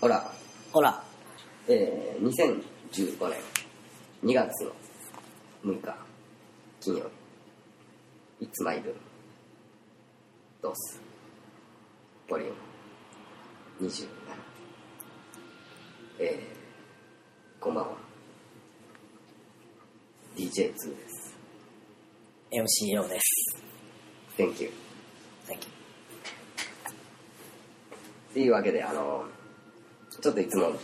ほら、ほら、えー、2015年2月の6日、金曜日、いつまいぶ、どうす、ボリューム27。えー、こんばんは。DJ2 です。 MCO です。 Thank you. Thank っていうわけであのちょっといつもと違う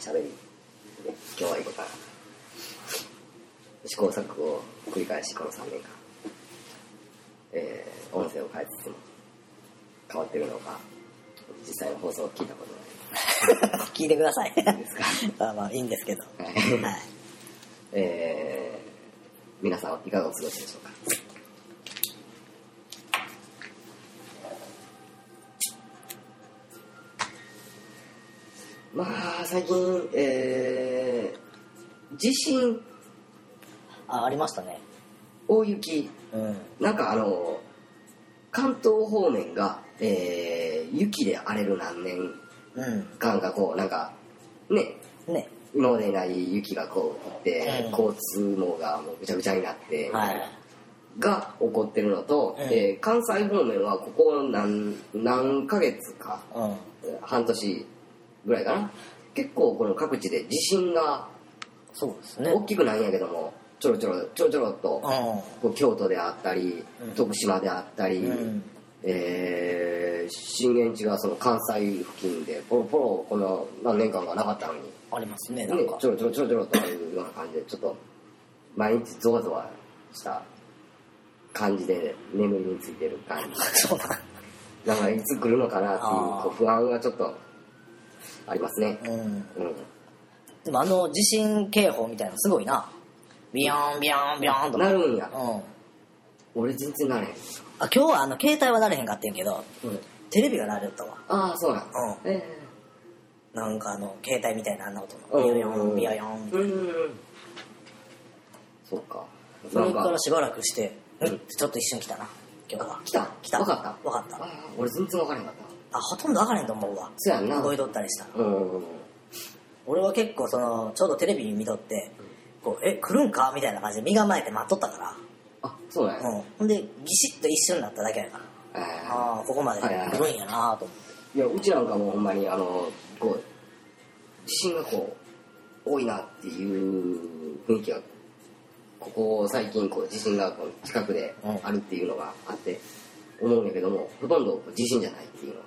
喋りで今日は行こうかな試行錯誤を繰り返しこの3年間えー、音声を変えつつも変わってるのか実際の放送を聞いたこ you. 聞いてください。とないですか まあまあ、いいんですけど。はいはい。えー、皆さんいかがお過ごしでしょうかまあ最近えー、地震あ、ありましたね。大雪うん。なんかあの関東方面が、えー、雪で荒れる何年う間がこうなんかねん。ね。今までにない雪がこう降って、うん交通網がもうぐちゃぐちゃになって、はい。が起こってるのと、うんえー関西方面はここ何何ヶ月かうん。えー半年ぐらいかな結構この各地で地震がそうですね。う大きくないんやけどもちょろちょろちょろちょろっとん。こう京都であったりうん徳島であったり、うん。えー震源地がその関西付近でポロポロこの何年間かなかったのに、ね、ありますね、ちなょんろか。 ちょろちょろちょろというような感じでちょっと毎日ゾワゾワした感じで眠りについてる感じそうだ。なんかいつ来るのかなっていうあーこう不安がちょっとありますね。うん。うん。でもあの地震警報みたいなのすごいな。ビヨーンビヨーンビヨーンとか。なるんや。うん。俺全然なれへん。あ、今日はあの携帯はなれへんかってんけど、うん。テレビがなれたわ。ああ、そうなん。うえん。なんかあの、携帯みたいなあんな音うの。んビヨヨンビヨヨえン。うん。そっか。それかなんらしばらくして、うんうんちょっと一瞬来たな、今日は。来た来た。わかったわかっあた。ー俺全然わからへんかった。あ、ほとんどわからへんと思うわ。そうやんな。動いとったりしたら。うん。俺は結構その、ちょうどテレビ見とって、こう、え、来るんかみたいな感じで身構えて待っとったかあ、そうなんら。や。うん。ほんで、ギシッと一瞬だっただけやから。えーああ、ここまで来るんやなと思って。いや、うちなんかもうほんまに、あの、こう、地震がこう、多いなっていう雰囲気が、ここ最近こう、地震がこう近くでうんあるっていうのがあって、思うんだけども、ほとんどこう地震じゃないっていうのが、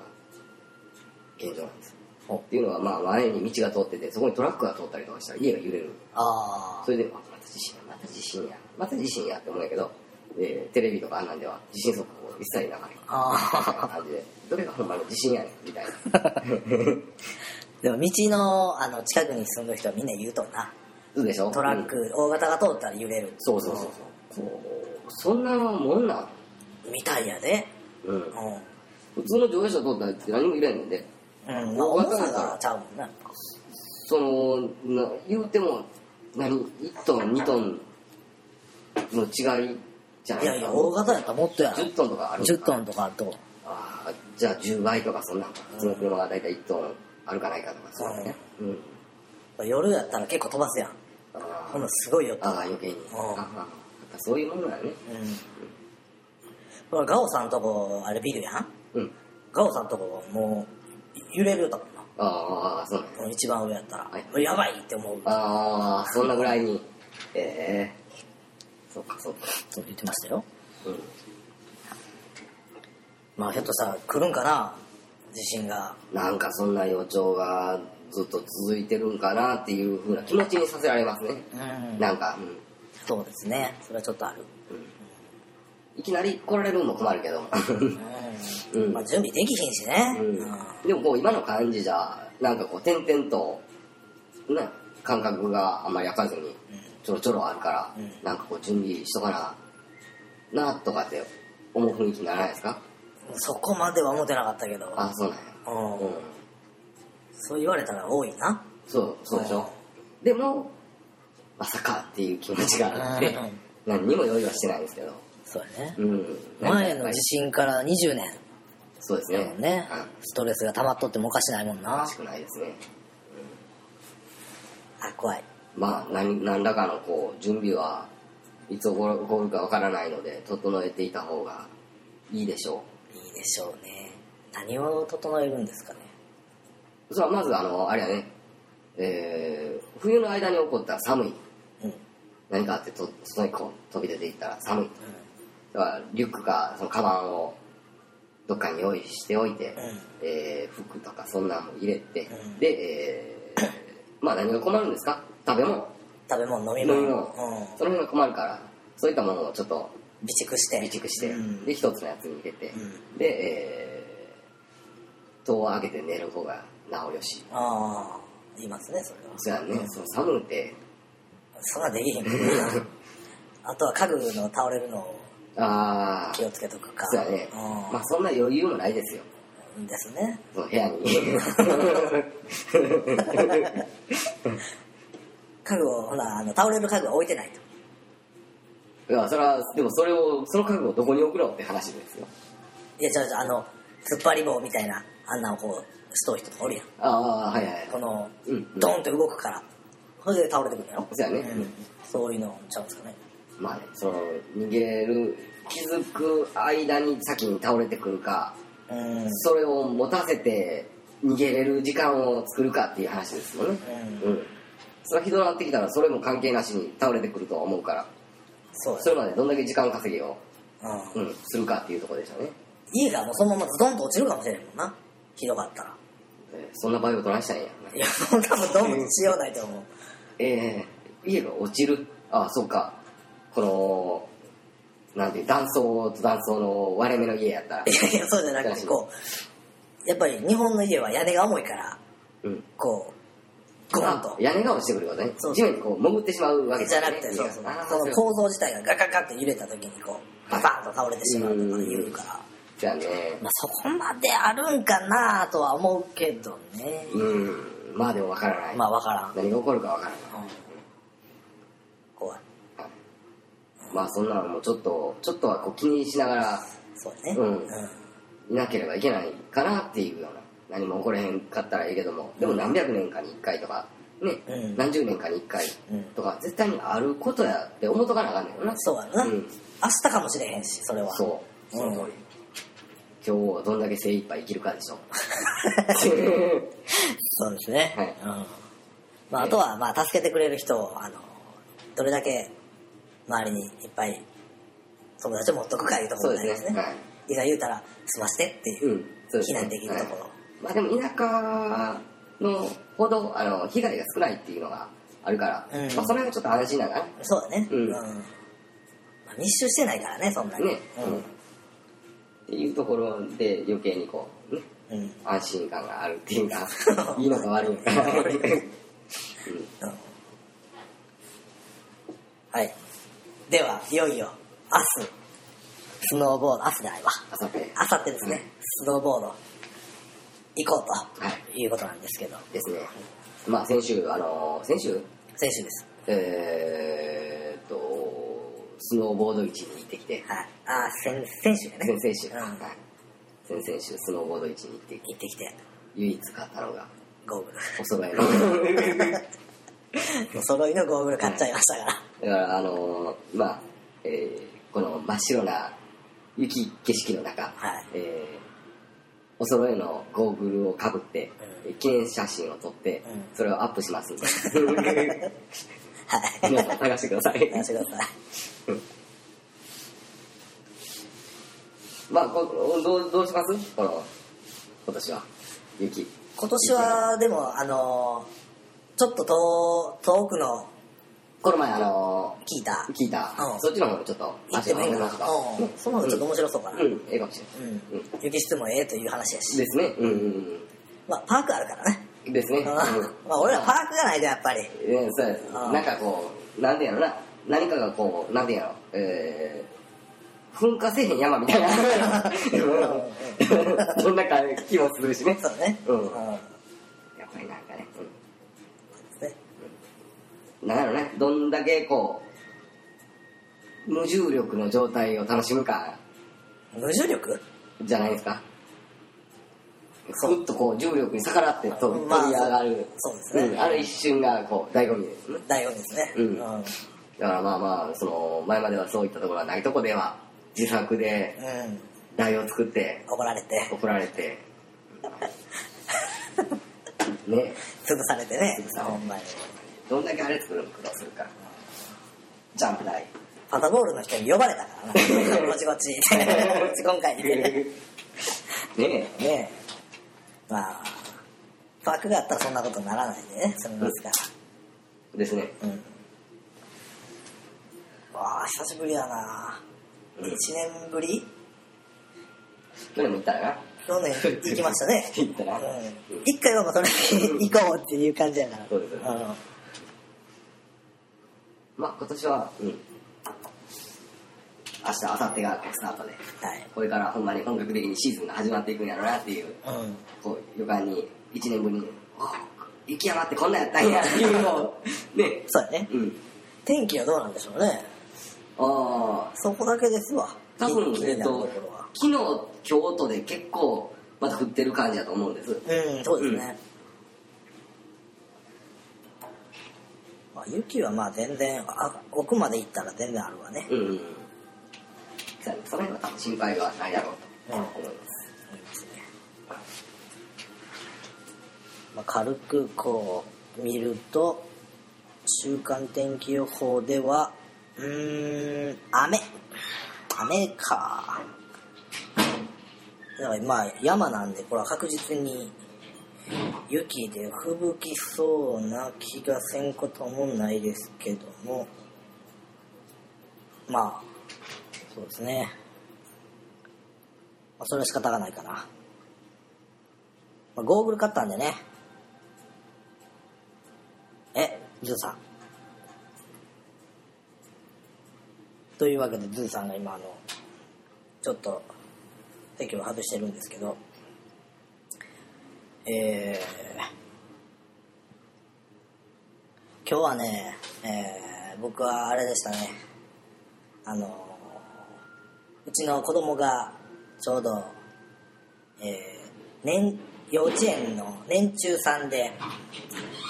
現状なんです。おっていうのは、まあ、前に道が通ってて、そこにトラックが通ったりとかしたら家が揺れる。ああそ、れで、あ、また地震や、また地震や、また地震やって思うんだけど、えーテレビとかあんなんでは地震速報を一切流れへん。みたいあな感じで、どれがほんまの地震やねん、みたいな。 あ。 でも道のあの近くに住んでる人はみんな言うとんな。そうでしょトラック、うん大型が通ったら揺れる。そうそうそうそうこうそんなもんなん、みたいやで。うんう普通の乗用車通ったらって何もいらんねんでん。うん。まあ、大型重ださからがちゃうもんな。そのな言うても何1トン2トンの違いじゃないいやいや、大型やったらもっとやろ。 10トンとかあるんか10トンとかあると。ああじゃあ10倍とかそんなんか普通の車が大体1トンあるかないかとかそうだねうん夜やったら結構飛ばすやん。あほんーのすごいよって。あー余計にんああやっぱそういうものだねうん。ほら、ガオさんとこ、あれビルやん。うんガオさんとこ、もう、揺れるとかな。ああそうだねこの一番上やったら、はいこれやばいって思う。ああそんなぐらいにええそうかそうかそう言ってましたよ。うんまあ、ひょっとしたら来るんかな地震が。なんかそんな予兆がずっと続いてるんかなっていう風な気持ちにさせられますね。うんなんか、うんそうですね。それはちょっとある。いきなり来られるのも困るけど。うんうんまあ、準備できひんしね。うんでもこう今の感じじゃ、なんかこう点々と、ね、感覚があんまり開かずにちょろちょろあるから、うんなんかこう準備しとかな、なとかって思う雰囲気にならないですかそこまでは思ってなかったけど、あ、そうなんや。ううんん、そう言われたら多いな。そう、そうでしょ。でも、まさかっていう気持ちがあってうん、何にも用意はしてないんですけど。そうやね。うん。前の地震から20年。そうですだねもんねうん。ストレスが溜まっとってもおかしないもんおかなし。くないですねあ、怖い。まあ何何らかのこう準備はいつ起こる起こるかわからないので整えていた方がいいでしょいいでしょうね。何を整えるんですかね。うそれはまずあのあれやねえー冬の間に起こった寒いうん。うん。何かあってと外にこう飛び出ていったら寒いだからリュックかそのカバンをどっかに用意しておいて、うんえー服とかそんなんも入れて、うんで、え ーまあ何が困るんですか食べ物食べ物、飲み飲物。みうん。物、その辺が困るからそういったものをちょっと備蓄して。備蓄して、うん。で一つのやつに入れて、うで、えー、戸を開けて寝る方がなおよしああ、言いますね、それは。そやね、その寒うてそんなでき へんもんなあとは家具の倒れるのをああ気をつけとくか。そうやねうまあそんな余裕もないですよん。ですね。その部屋に 家具を、ほら、あの倒れる家具は置いてないと。いやそれはでもそれをその覚悟をどこに送ろうって話ですよいや、じゃあじゃあ、あの、突っ張り棒みたいな、あんなをこう、しとう人とかおるやん。ああはいはいこの、うんドーンって動くから。それで倒れてくるんだよ。そうやねんそういうのちゃうんですかね。まあねその逃げる気づく間に先に倒れてくるかうん。それを持たせて逃げれる時間を作るかっていう話ですよねうん。うんそれがひどくなってきたらそれも関係なしに倒れてくるとは思うからそうそれまでどんだけ時間稼ぎを、うんうん、するかっていうところでしたね、家がもうそのままズドンと落ちるかもしれんもんな。ひどかったら。えーそんな場合を取らしたんやいや、もう多分ドンとしようないと思う。えー、家が落ちるあそうかこのなんていう断層と断層の割れ目の家やったらい、やいや、そうじゃなくて、こう、やっぱり日本の家は屋根が重いから、うん、こう、ゴワンと。屋根が落ちてくることねそう地面にこう潜ってしまうわけじゃなくて、ねそうそうあー。そそのう構造自体がガカガって揺れた時に、こう、パタンと倒れてしまうとか言うから。じゃあねまあ、そこまであるんかなとは思うけどね。うんまあでもわからない、まあ、わからん。うん何が起こるかわからない怖い。まあそんなのもちょっとちょっとはこう気にしながらそうだね。うんうんいなければいけないかなっていうような何も起これへんかったらいいけどもでも何百年かに一回とかね、うん何十年かに一回とか絶対にあることやって思っとかなあかんねんよなそうやろな、うん明日かもしれへんしそれはそうその通り、今日はどんだけ精一杯生きるかでしょ そうですね、はいうんまあ、あとはまあ助けてくれる人をあのどれだけ周りにいっぱい友達を持っとくかいうとこそうろでになりますすねねはいいざ言うたら済ましてっていううんそうです避ね難できるところ、はいまあでも田舎のほどあの被害が少ないっていうのがあるから、うんまあその辺がちょっと安心だなねそうだね、うんまあ、密集してないからねそんなに、うんっていうところで余計にこうねうんうん安心感があるっていう かいいのか悪いのかうんはい。では、いよいよ、明日、スノーボード、明日じゃないわ。あさって明後日ですね、スノーボード、行こうと、、はいうことなんですけど、ですねまあ先週あの先週選手です。えーっとスノーボード市に行ってきてはい。あー、選選手だね。先々週、うんはい先々週スノーボード市に行って行ってきて、唯一買ったのがゴーグル。 お揃いのお揃いのゴーグル買っちゃいましたから。だからあのーまあ、えーこの真っ白な雪景色の中、はいえーお揃いのゴーグルをかぶって、う記念写真を撮って、うんそれをアップしますんで はい。皆さん探してください話してください。まあこどうどうしますこの今年は雪今年は、でも、あのーちょっと遠遠くのこの前あの聞いたー、聞いた、うんそっちの方もちょっと行ってもいいかな足を運びうん。その方がちょっと面白そうかな。うん、うん、ええかもしれうんうん雪質もええという話やし、ないですねうんうんまあ、パークあるからね、うんですね、うんうんまあ、俺らパークがないとやっぱりえーそうやあーなんかこうなんていうのな何かがこうなんていうのえー、噴火せえへん山みたいな そんな感じ気もするしねそうねうんうんやっぱりなんかね、ねうん、なんやろねどんだけこう無重力の状態を楽しむか無重力じゃないですかそうふっとこう重力に逆らって飛びまあ飛び上がるそうそうですねんある一瞬がこう醍醐味ですねだよですね。うんうん。だからまあまあその前まではそういったところはないとこでは自作でうん台を作って怒られて、怒られてね潰されてね潰さ、れてほんまに。どんだけあれ作るの苦労するかジャンプ台パタボールの人に呼ばれた からな。こっちこっち。こっち今回にね。ねえねえ。まあ、パークがあったらそんなことにならないんでね、そのですから。ですねうん。わあ、久しぶりだな。1年ぶり去年も行ったらな。去年行きましたね 行ったなうん一回はまあそれに行こうっていう感じやから。そうですねんまあ今年はうん明日明後日がスタートではい。これからほんまに本格的にシーズンが始まっていくんやろうなっていううん。こう予感に1年ぶりに「あ雪山ってこんなんやったんや」っていうのを ねそうやね。うん天気はどうなんでしょうね。ああそこだけですわ。多分き気えにっなるとところは。昨日京都で結構また降ってる感じだと思うんですうん、そうですね。まあ、雪はまあ全然、あ奥まで行ったら全然あるわね。うんうんその辺は多分心配はないだろうと思います思いますね。まあ、軽くこう見ると、週間天気予報では、うーん、雨。雨か。だからまあ山なんで、これは確実に雪で吹雪そうな気がせんこともないですけども、まあ、そうですね。まあ、それは仕方がないかな。まあ、ゴーグル買ったんでね。え、ズーさん。というわけで、ズーさんが今、あの、ちょっと、席を外してるんですけど、えー、今日はね、えー、僕はあれでしたね、あのうちの子供がちょうど、えー年幼稚園の年中さんで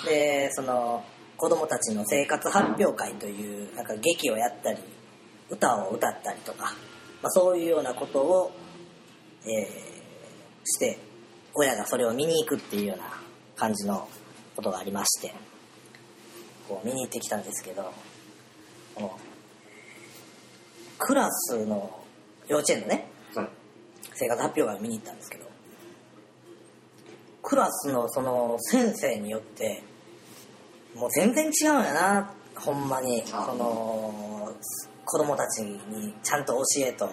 でその子供たちの生活発表会というなんか劇をやったり歌を歌ったりとか、まあ、そういうようなことを、えーして親がそれを見に行くっていうような感じのことがありましてこう見に行ってきたんですけど。もうクラスの幼稚園のねはい生活発表会を見に行ったんですけどクラスのその先生によってもう全然違うんやなほんまにそあの子供たちにちゃんと教えと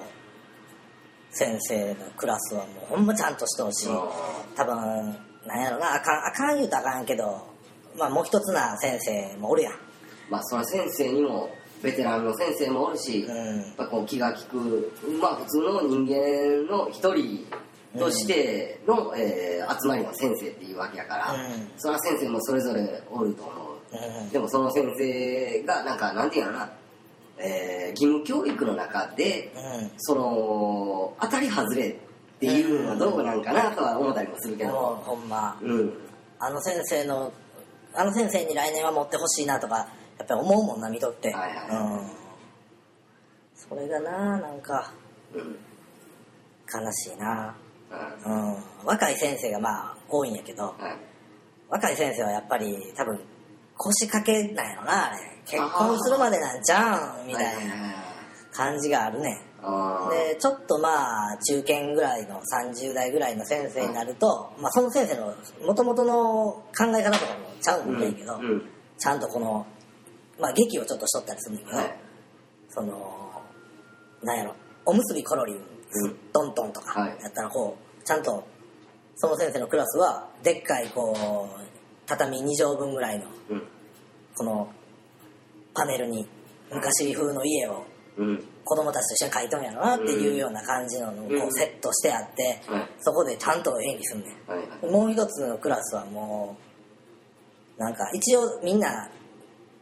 先生のクラスはもうほんまちゃんとしてほしいあ多分なんやろなあかんあかん言うとあかんけどまあもう一つな先生もおるやんまあそれは先生にもベテランの先生もおるし、うやっんぱこう気が利くまあ普通の人間の一人としての、えー集まりの先生っていうわけやから、うんそれは先生もそれぞれおると思ううんでもその先生がなんかなんていうのかな、えー義務教育の中でうんその当たり外れっていうのはどうなんかなとは思ったりもするけど、もうほんまうん、あの先生のあの先生に来年は持ってほしいなとかやっぱり思うもんな見とって、はいはいうんそれがななんかうん悲しいな、はうん、若い先生がまあ多いんやけどいはい若い先生はやっぱり多分腰掛けないのなあれ結婚するまでなんじゃうんみたいな感じがあるねあーでちょっとまあ中堅ぐらいの30代ぐらいの先生になると、まあ、その先生の元々の考え方とかもちゃうんだけど、うんうんちゃんとこの、まあ、劇をちょっとしとったりするんだけど、はいそのなんやろおむすびコロリンうんトントンとかはいやったらこうちゃんとその先生のクラスはでっかいこう畳2畳分ぐらいのうんこのパネルに昔風の家をうん子供たちと一緒に書いとんやろなっていうような感じのをこうんうセットしてあって、はいそこでちゃんと演技すんねん。はいはいもう一つのクラスはもうなんか一応みんな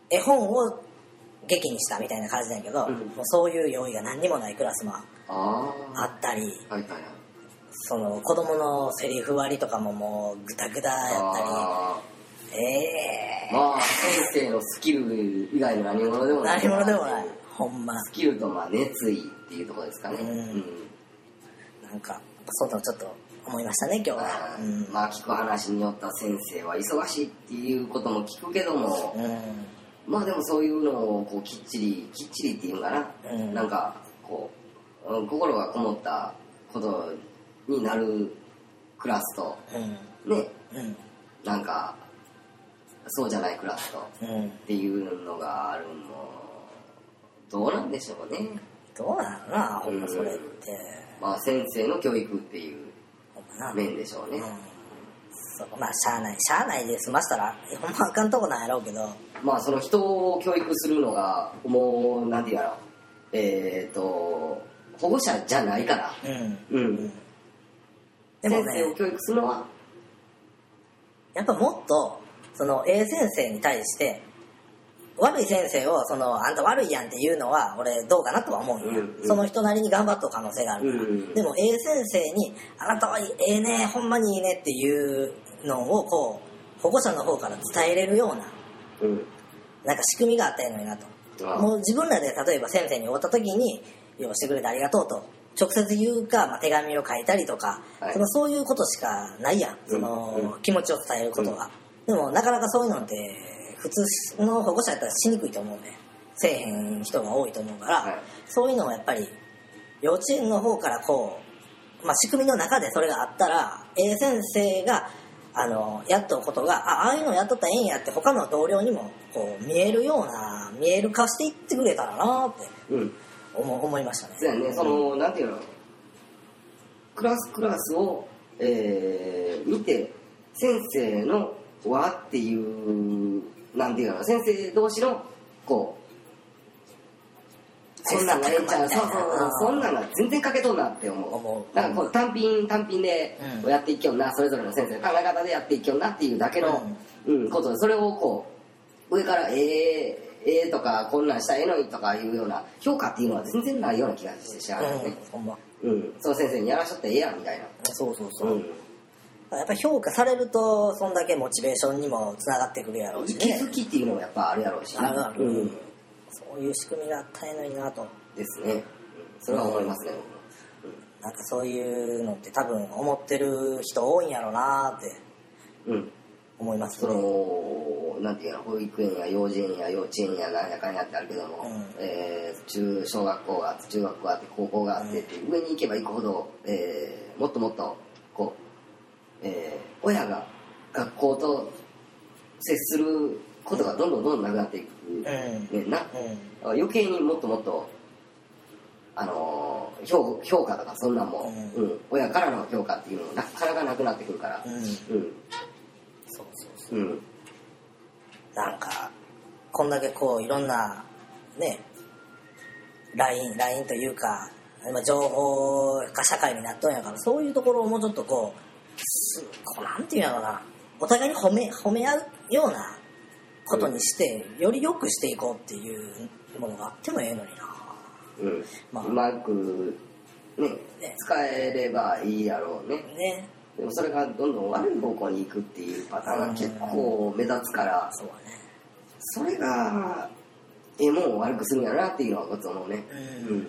絵本を劇にしたみたいな感じなんやけど、うんもうそういう用意が何にもないクラスもああったりあはいはいはいその子供のセリフ割りとかももうグダグダやったありえーまあ先生のスキル以外の何者でえもない何者でもないほんまスキルとまあ熱意っていうところですかねうんなんかやっぱそうだのちょっと思いましたね今日はあうーん、まあ聞く話によった先生は忙しいっていうことも聞くけども、うんまあでもそういうのをこうきっちりきっちりっていうのかな、うんなんかこううん心がこもったことになるクラスとうんねうんなんかそうじゃないクラスとっうんていうのがあるのどうなんでしょうねどうなのなほんまそれってまあ先生の教育っていうほんまな面でしょううねん、そうまあしゃあないしゃあないで済ましたら ほんまあかんとこなんやろうけどまあその人を教育するのがもう何て言うやろえっ、と保護者じゃないからうんうんで先もね生を教育するのはやっぱもっとその A 先生に対して悪い先生をそのあんた悪いやんっていうのは俺どうかなとは思うんや、うんうんその人なりに頑張っとる可能性があるから、うんでも A 先生に「あなたはええねほんまにいいね」っていうのをこう保護者の方から伝えれるようなうんなんか仕組みがあったらいいのになとああもう自分らで例えば先生に会った時に「用意してくれてありがとう」と直接言うか、まあ、手紙を書いたりとか、はいそのそういうことしかないやんその、気持ちを伝えることが、でもなかなかそういうのって普通の保護者やったらしにくいと思うねせえへん人が多いと思うから、はいそういうのをやっぱり幼稚園の方からこう、まあ、仕組みの中でそれがあったら A 先生があのやっとうことがあああいうのやっとったらええんやって他の同僚にもこう見えるような見える化していってくれたらなってうん思思いましたねそうやねそのなんていうのクラスクラスを、えー見て先生の和っていうなんていうの先生同士のこうそんなんがええんちゃうそうそうそうそんなんが全然欠けとんなって思う思うなんかこう単品単品でうんやっていきよんな、それぞれの先生の考え方でやっていきよんなっていうだけの、うんことでそれをこう上から「えー、えー」とか「こんなんしたらええのに」とかいうような評価っていうのは全然ないような気がしてしまうようんね、ほんまうんその先生にやらしとってええやんみたいなそうそうそうう、んやっぱ評価されるとそんだけモチベーションにもつながってくるやろうし息ねづきっていうのもやっぱあるやろうし、あるある、うん、そういう仕組みがあったらええのになとですねうんそれは思いますね、なんかそういうのって多分思ってる人多いんやろうなってうん思いますそねのなんていうの保育園や幼稚園や幼稚園やなんやかんやってあるけども、うんえー中小学校があって中学校があって高校があってって、上に行けば行くほど、えーもっともっとこう、えー親が学校と接することがどんどんどんどんなくなっていく、うねんな余計にもっともっとあのー評評価とかそんなんも、ううん親からの評価っていうのもなかなかなくなってくるからんうんうんそうそうそうんうなんかこんだけこういろんなね LINE LINE というか今情報化社会になっとんやからそういうところをもうちょっとこうすこうなんていうんやろうなお互いに褒め褒め合うようなことにして、より良くしていこうっていうものがあってもええのになうんまあうまく、ねね使えればいいやろうねねでもそれがどんどん悪い方向に行くっていうパターンが結構目立つからそうだねそれがええもんを悪くするんやろなっていうのはごつ思うねううんん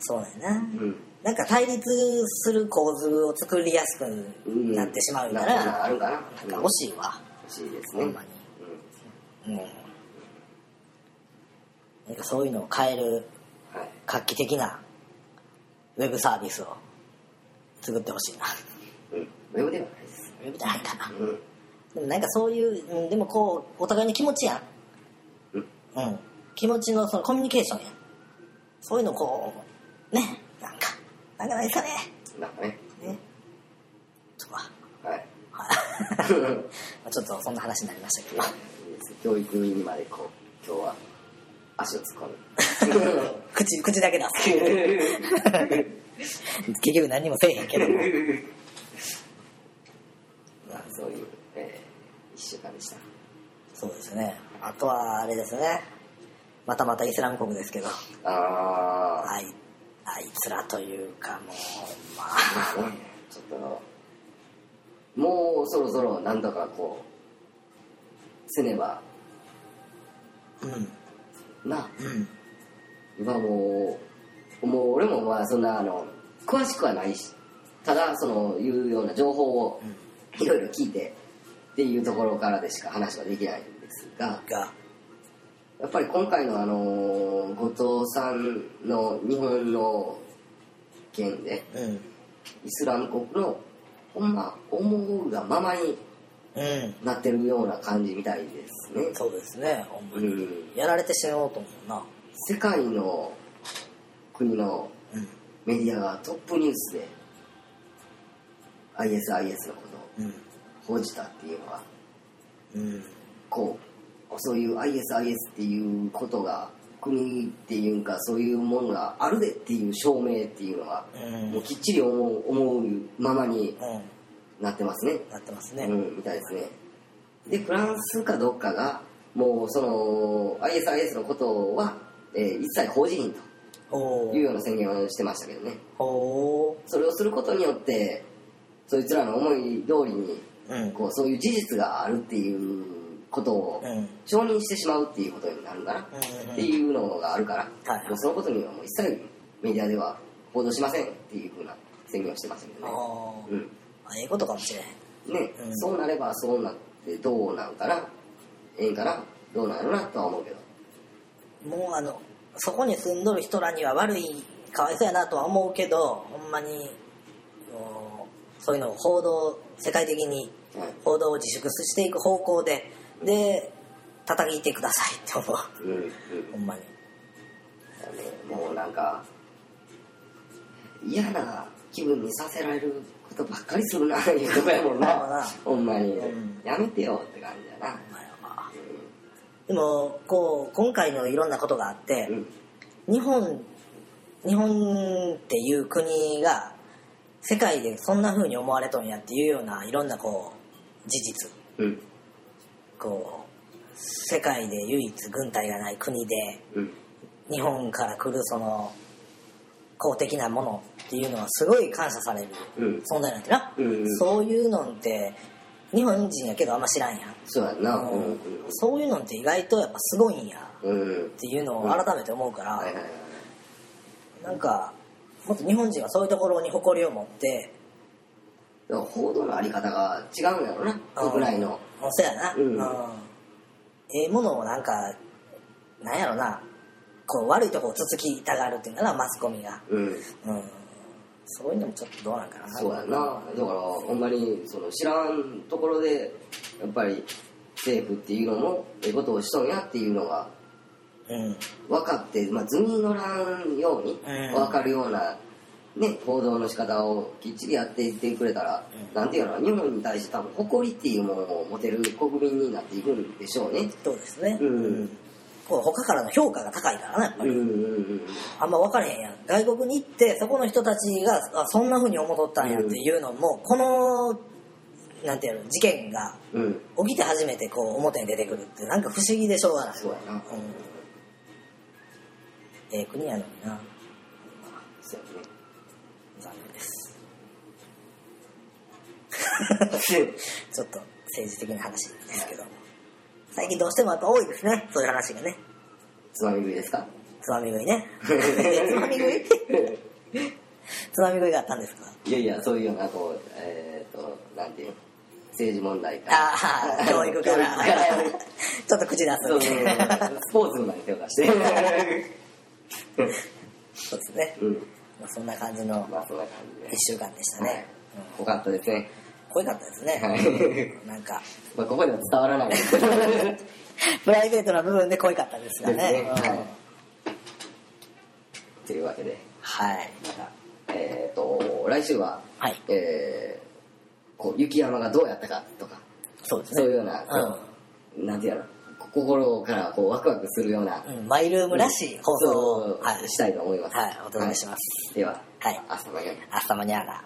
そうだよな、うんなんか対立する構図を作りやすくうんなってしまうかなら、んかあるかななんか欲しいわ、欲しいですほねんまに、うん、なんかそういうのを変えるうんはい画期的なウェブサービスを作ってほしいなうんウェブではないですウェブじゃないかなうんでもなんかそういう、うん、でもこうお互いの気持ちやん、うんうん、気持ちのそのコミュニケーションやんそういうのをこうねなんかなんかないですかねなんかねねとかはいまあちょっとそんな話になりました けど、教育にまでこう今日は足を突っ込 む口、口だけだ。 結局何にもせえへんけど。まあ、そういう、えー、1週間でした。そうですね。あとはあれですね。またまたイスラム国ですけど。あはい。あいつらというかもうまそうですねちょっともうそろそろなんとかこうせねばあうんなあうん今もうもう俺もまあそんなあの詳しくはないしただそのいうような情報をいろいろ聞いてっていうところからでしか話はできないんですががやっぱり今回のあの後藤さんの日本の件でうんイスラム国のほんま思うがままにうんなってるような感じみたいですね。そうですねほんまうにん、やられて死のうと思うな世界の国のうんメディアがトップニュースで ISIS のことをうん報じたっていうのはうんこうそういう ISIS っていうことが国っていうかそういうものがあるでっていう証明っていうのはうんもうきっちり思う思うままにうなってますねんなってますねうん、みたいですねでフランスかどっかがもうその ISIS のことは、えー一切報じひんとほいううような宣言をしてましたけどねほそれをすることによってそいつらの思い通りにううんこうそういう事実があるっていうことをうんうん承認してしまうっていうことになるかなっていうのがあるから、はいもうそのことにはもう一切メディアでは報道しませんっていうふうな宣言をしてますけどあね、ーうんあええことかもしれへんねうんそうなればそうなってどうなんかなええんかなどうなんやろなとは思うけどもうあのそこに住んどる人らには悪いかわいそうやなとは思うけどほんまにもうそういうのを報道世界的にはい報道を自粛していく方向でで叩いてくださいって思ううんうんほんまにだねもうなんか嫌な気分にさせられることばっかりするないうとこやもんまあまなあほんまに、うんやめてよって感じだなまあまあでもこう今回のいろんなことがあって、うん日本日本っていう国が世界でそんな風に思われとんやっていうようないろんなこう事実うんこう世界で唯一軍隊がない国でうん日本から来るその公的なものっていうのはすごい感謝されるうん存在なんてな、うんうんそういうのって日本人やけどあんま知らんやん、そうやんなうんうんそういうのって意外とやっぱすごいんやっうんうんていうのを改めて思うから、はいはいはいなんかもっと日本人はそういうところに誇りを持ってでも報道のあり方が違うんやろな国内のもうそやな、うんええものをなんかなんやろなこう悪いとこをつつきたがるっていうのかなマスコミが、うんうん、そういうのもちょっとどうなんかなそうやなだからほんまにその知らんところでやっぱり政府っていうのもええことをしとんやっていうのがうん分かって、まあ、図に乗らんようにうん分かるような、ね、行動の仕方をきっちりやっていってくれたら、うんなんていうの日本に対して多分誇りっていうものを持てる国民になっていくんでしょうねそうですね、うんこう他からの評価が高いからなやっぱうんり、うんうんあんま分かれへんやん外国に行ってそこの人たちがあそんな風に思っとったんやっていうのも、このなんていうの事件がうん起きて初めてこう表に出てくるってなんか不思議でしょうがない、そうやなうん、ええ国やのになそうやね残念ですうちょっと政治的な話ですけど最近どうしてもやっぱ多いですねそういう話がね つまみ食いですかつまみ食 いねつまみ食い つまみ食いがあったんですかいやいやそういうようなこうえっ、となんていうの政治問題からああ教育から ちょっと口出すそうみ たいなスポーツの内容化して そうですね、うんまあ、そんな感じのまあそんな感じで1週間でしたはいね、よかったですね濃いかったですはね、いなんかまあここでは伝わらないですねプライベートな部分で濃いかったですがねですねうんはいというわけではいまたえっ、と来週は、はいえーこう雪山がどうやったかとかそうですねそういうようなこう、なんていうの心からこうワクワクするようなうん、マイルームらしい放送を、そうはい、したいと思いますはいお届けしますでは、はい朝のように明日もにゃーが。